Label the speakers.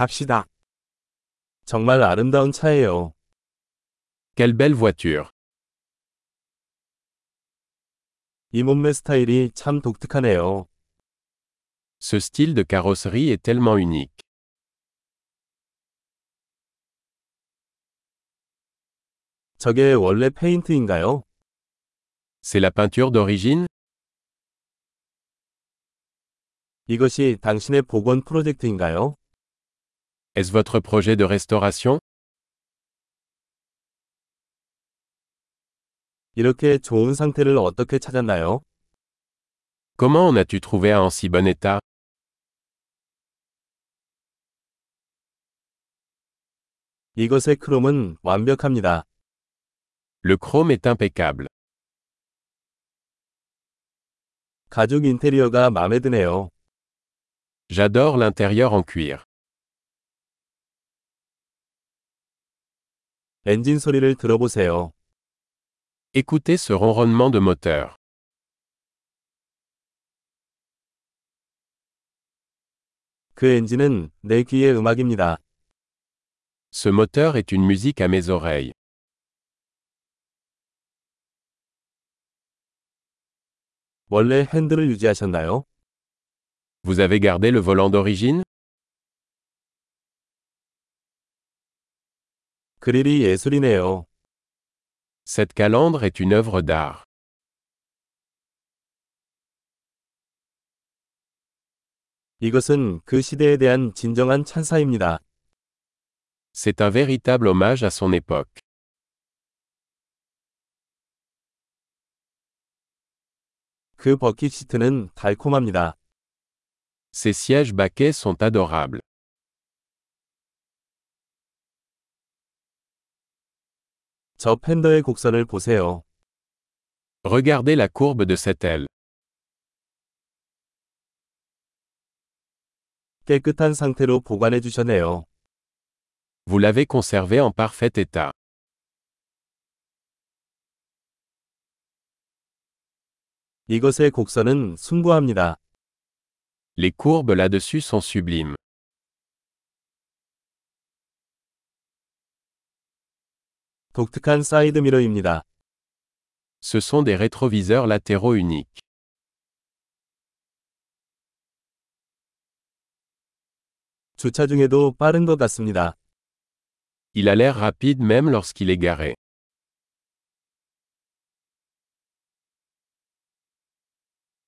Speaker 1: 갑시다.
Speaker 2: 정말 아름다운 차예요.
Speaker 3: Quelle belle voiture.
Speaker 2: 이 몸매 스타일이 참 독특하네요.
Speaker 3: Ce style de carrosserie est tellement unique.
Speaker 2: 저게 원래 페인트인가요?
Speaker 3: C'est la peinture d'origine
Speaker 2: 이것이 당신의 복원 프로젝트인가요?
Speaker 3: Est-ce votre projet de restauration
Speaker 2: 이렇게 좋은 상태를 어떻게 찾았나요?
Speaker 3: Comment en as-tu trouvé un en si bon état
Speaker 2: 이것의 크롬은 완벽합니다.
Speaker 3: Le chrome est impeccable.
Speaker 2: 가죽 인테리어가 마음에 드네요.
Speaker 3: J'adore l'intérieur en cuir.
Speaker 2: 엔진 소리를 들어보세요.
Speaker 3: Écoutez ce ronronnement de moteur.
Speaker 2: 그 엔진은 내 귀의 음악입니다.
Speaker 3: Ce moteur est une musique à mes oreilles.
Speaker 2: 원래 핸들을 유지하셨나요?
Speaker 3: Vous avez gardé le volant d'origine
Speaker 2: 그릴이 예술이네요.
Speaker 3: Cette calandre est une œuvre d'art.
Speaker 2: 이것은 그 시대에 대한 진정한 찬사입니다.
Speaker 3: C'est un véritable hommage à son époque.
Speaker 2: 그 버킷 시트는 달콤합니다.
Speaker 3: Ces sièges baquets sont adorables.
Speaker 2: 저 팬더의 곡선을 보세요.
Speaker 3: Regardez la courbe de cette aile.
Speaker 2: 깨끗한 상태로 보관해 주셨네요.
Speaker 3: Vous l'avez conservé en parfait état.
Speaker 2: 이것의 곡선은 숭고합니다.
Speaker 3: Les courbes là-dessus sont sublimes.
Speaker 2: 독특한 사이드 미러입니다.
Speaker 3: Ce sont des rétroviseurs latéraux uniques.
Speaker 2: 주차 중에도 빠른 것 같습니다.
Speaker 3: Il a l'air rapide même lorsqu'il est garé.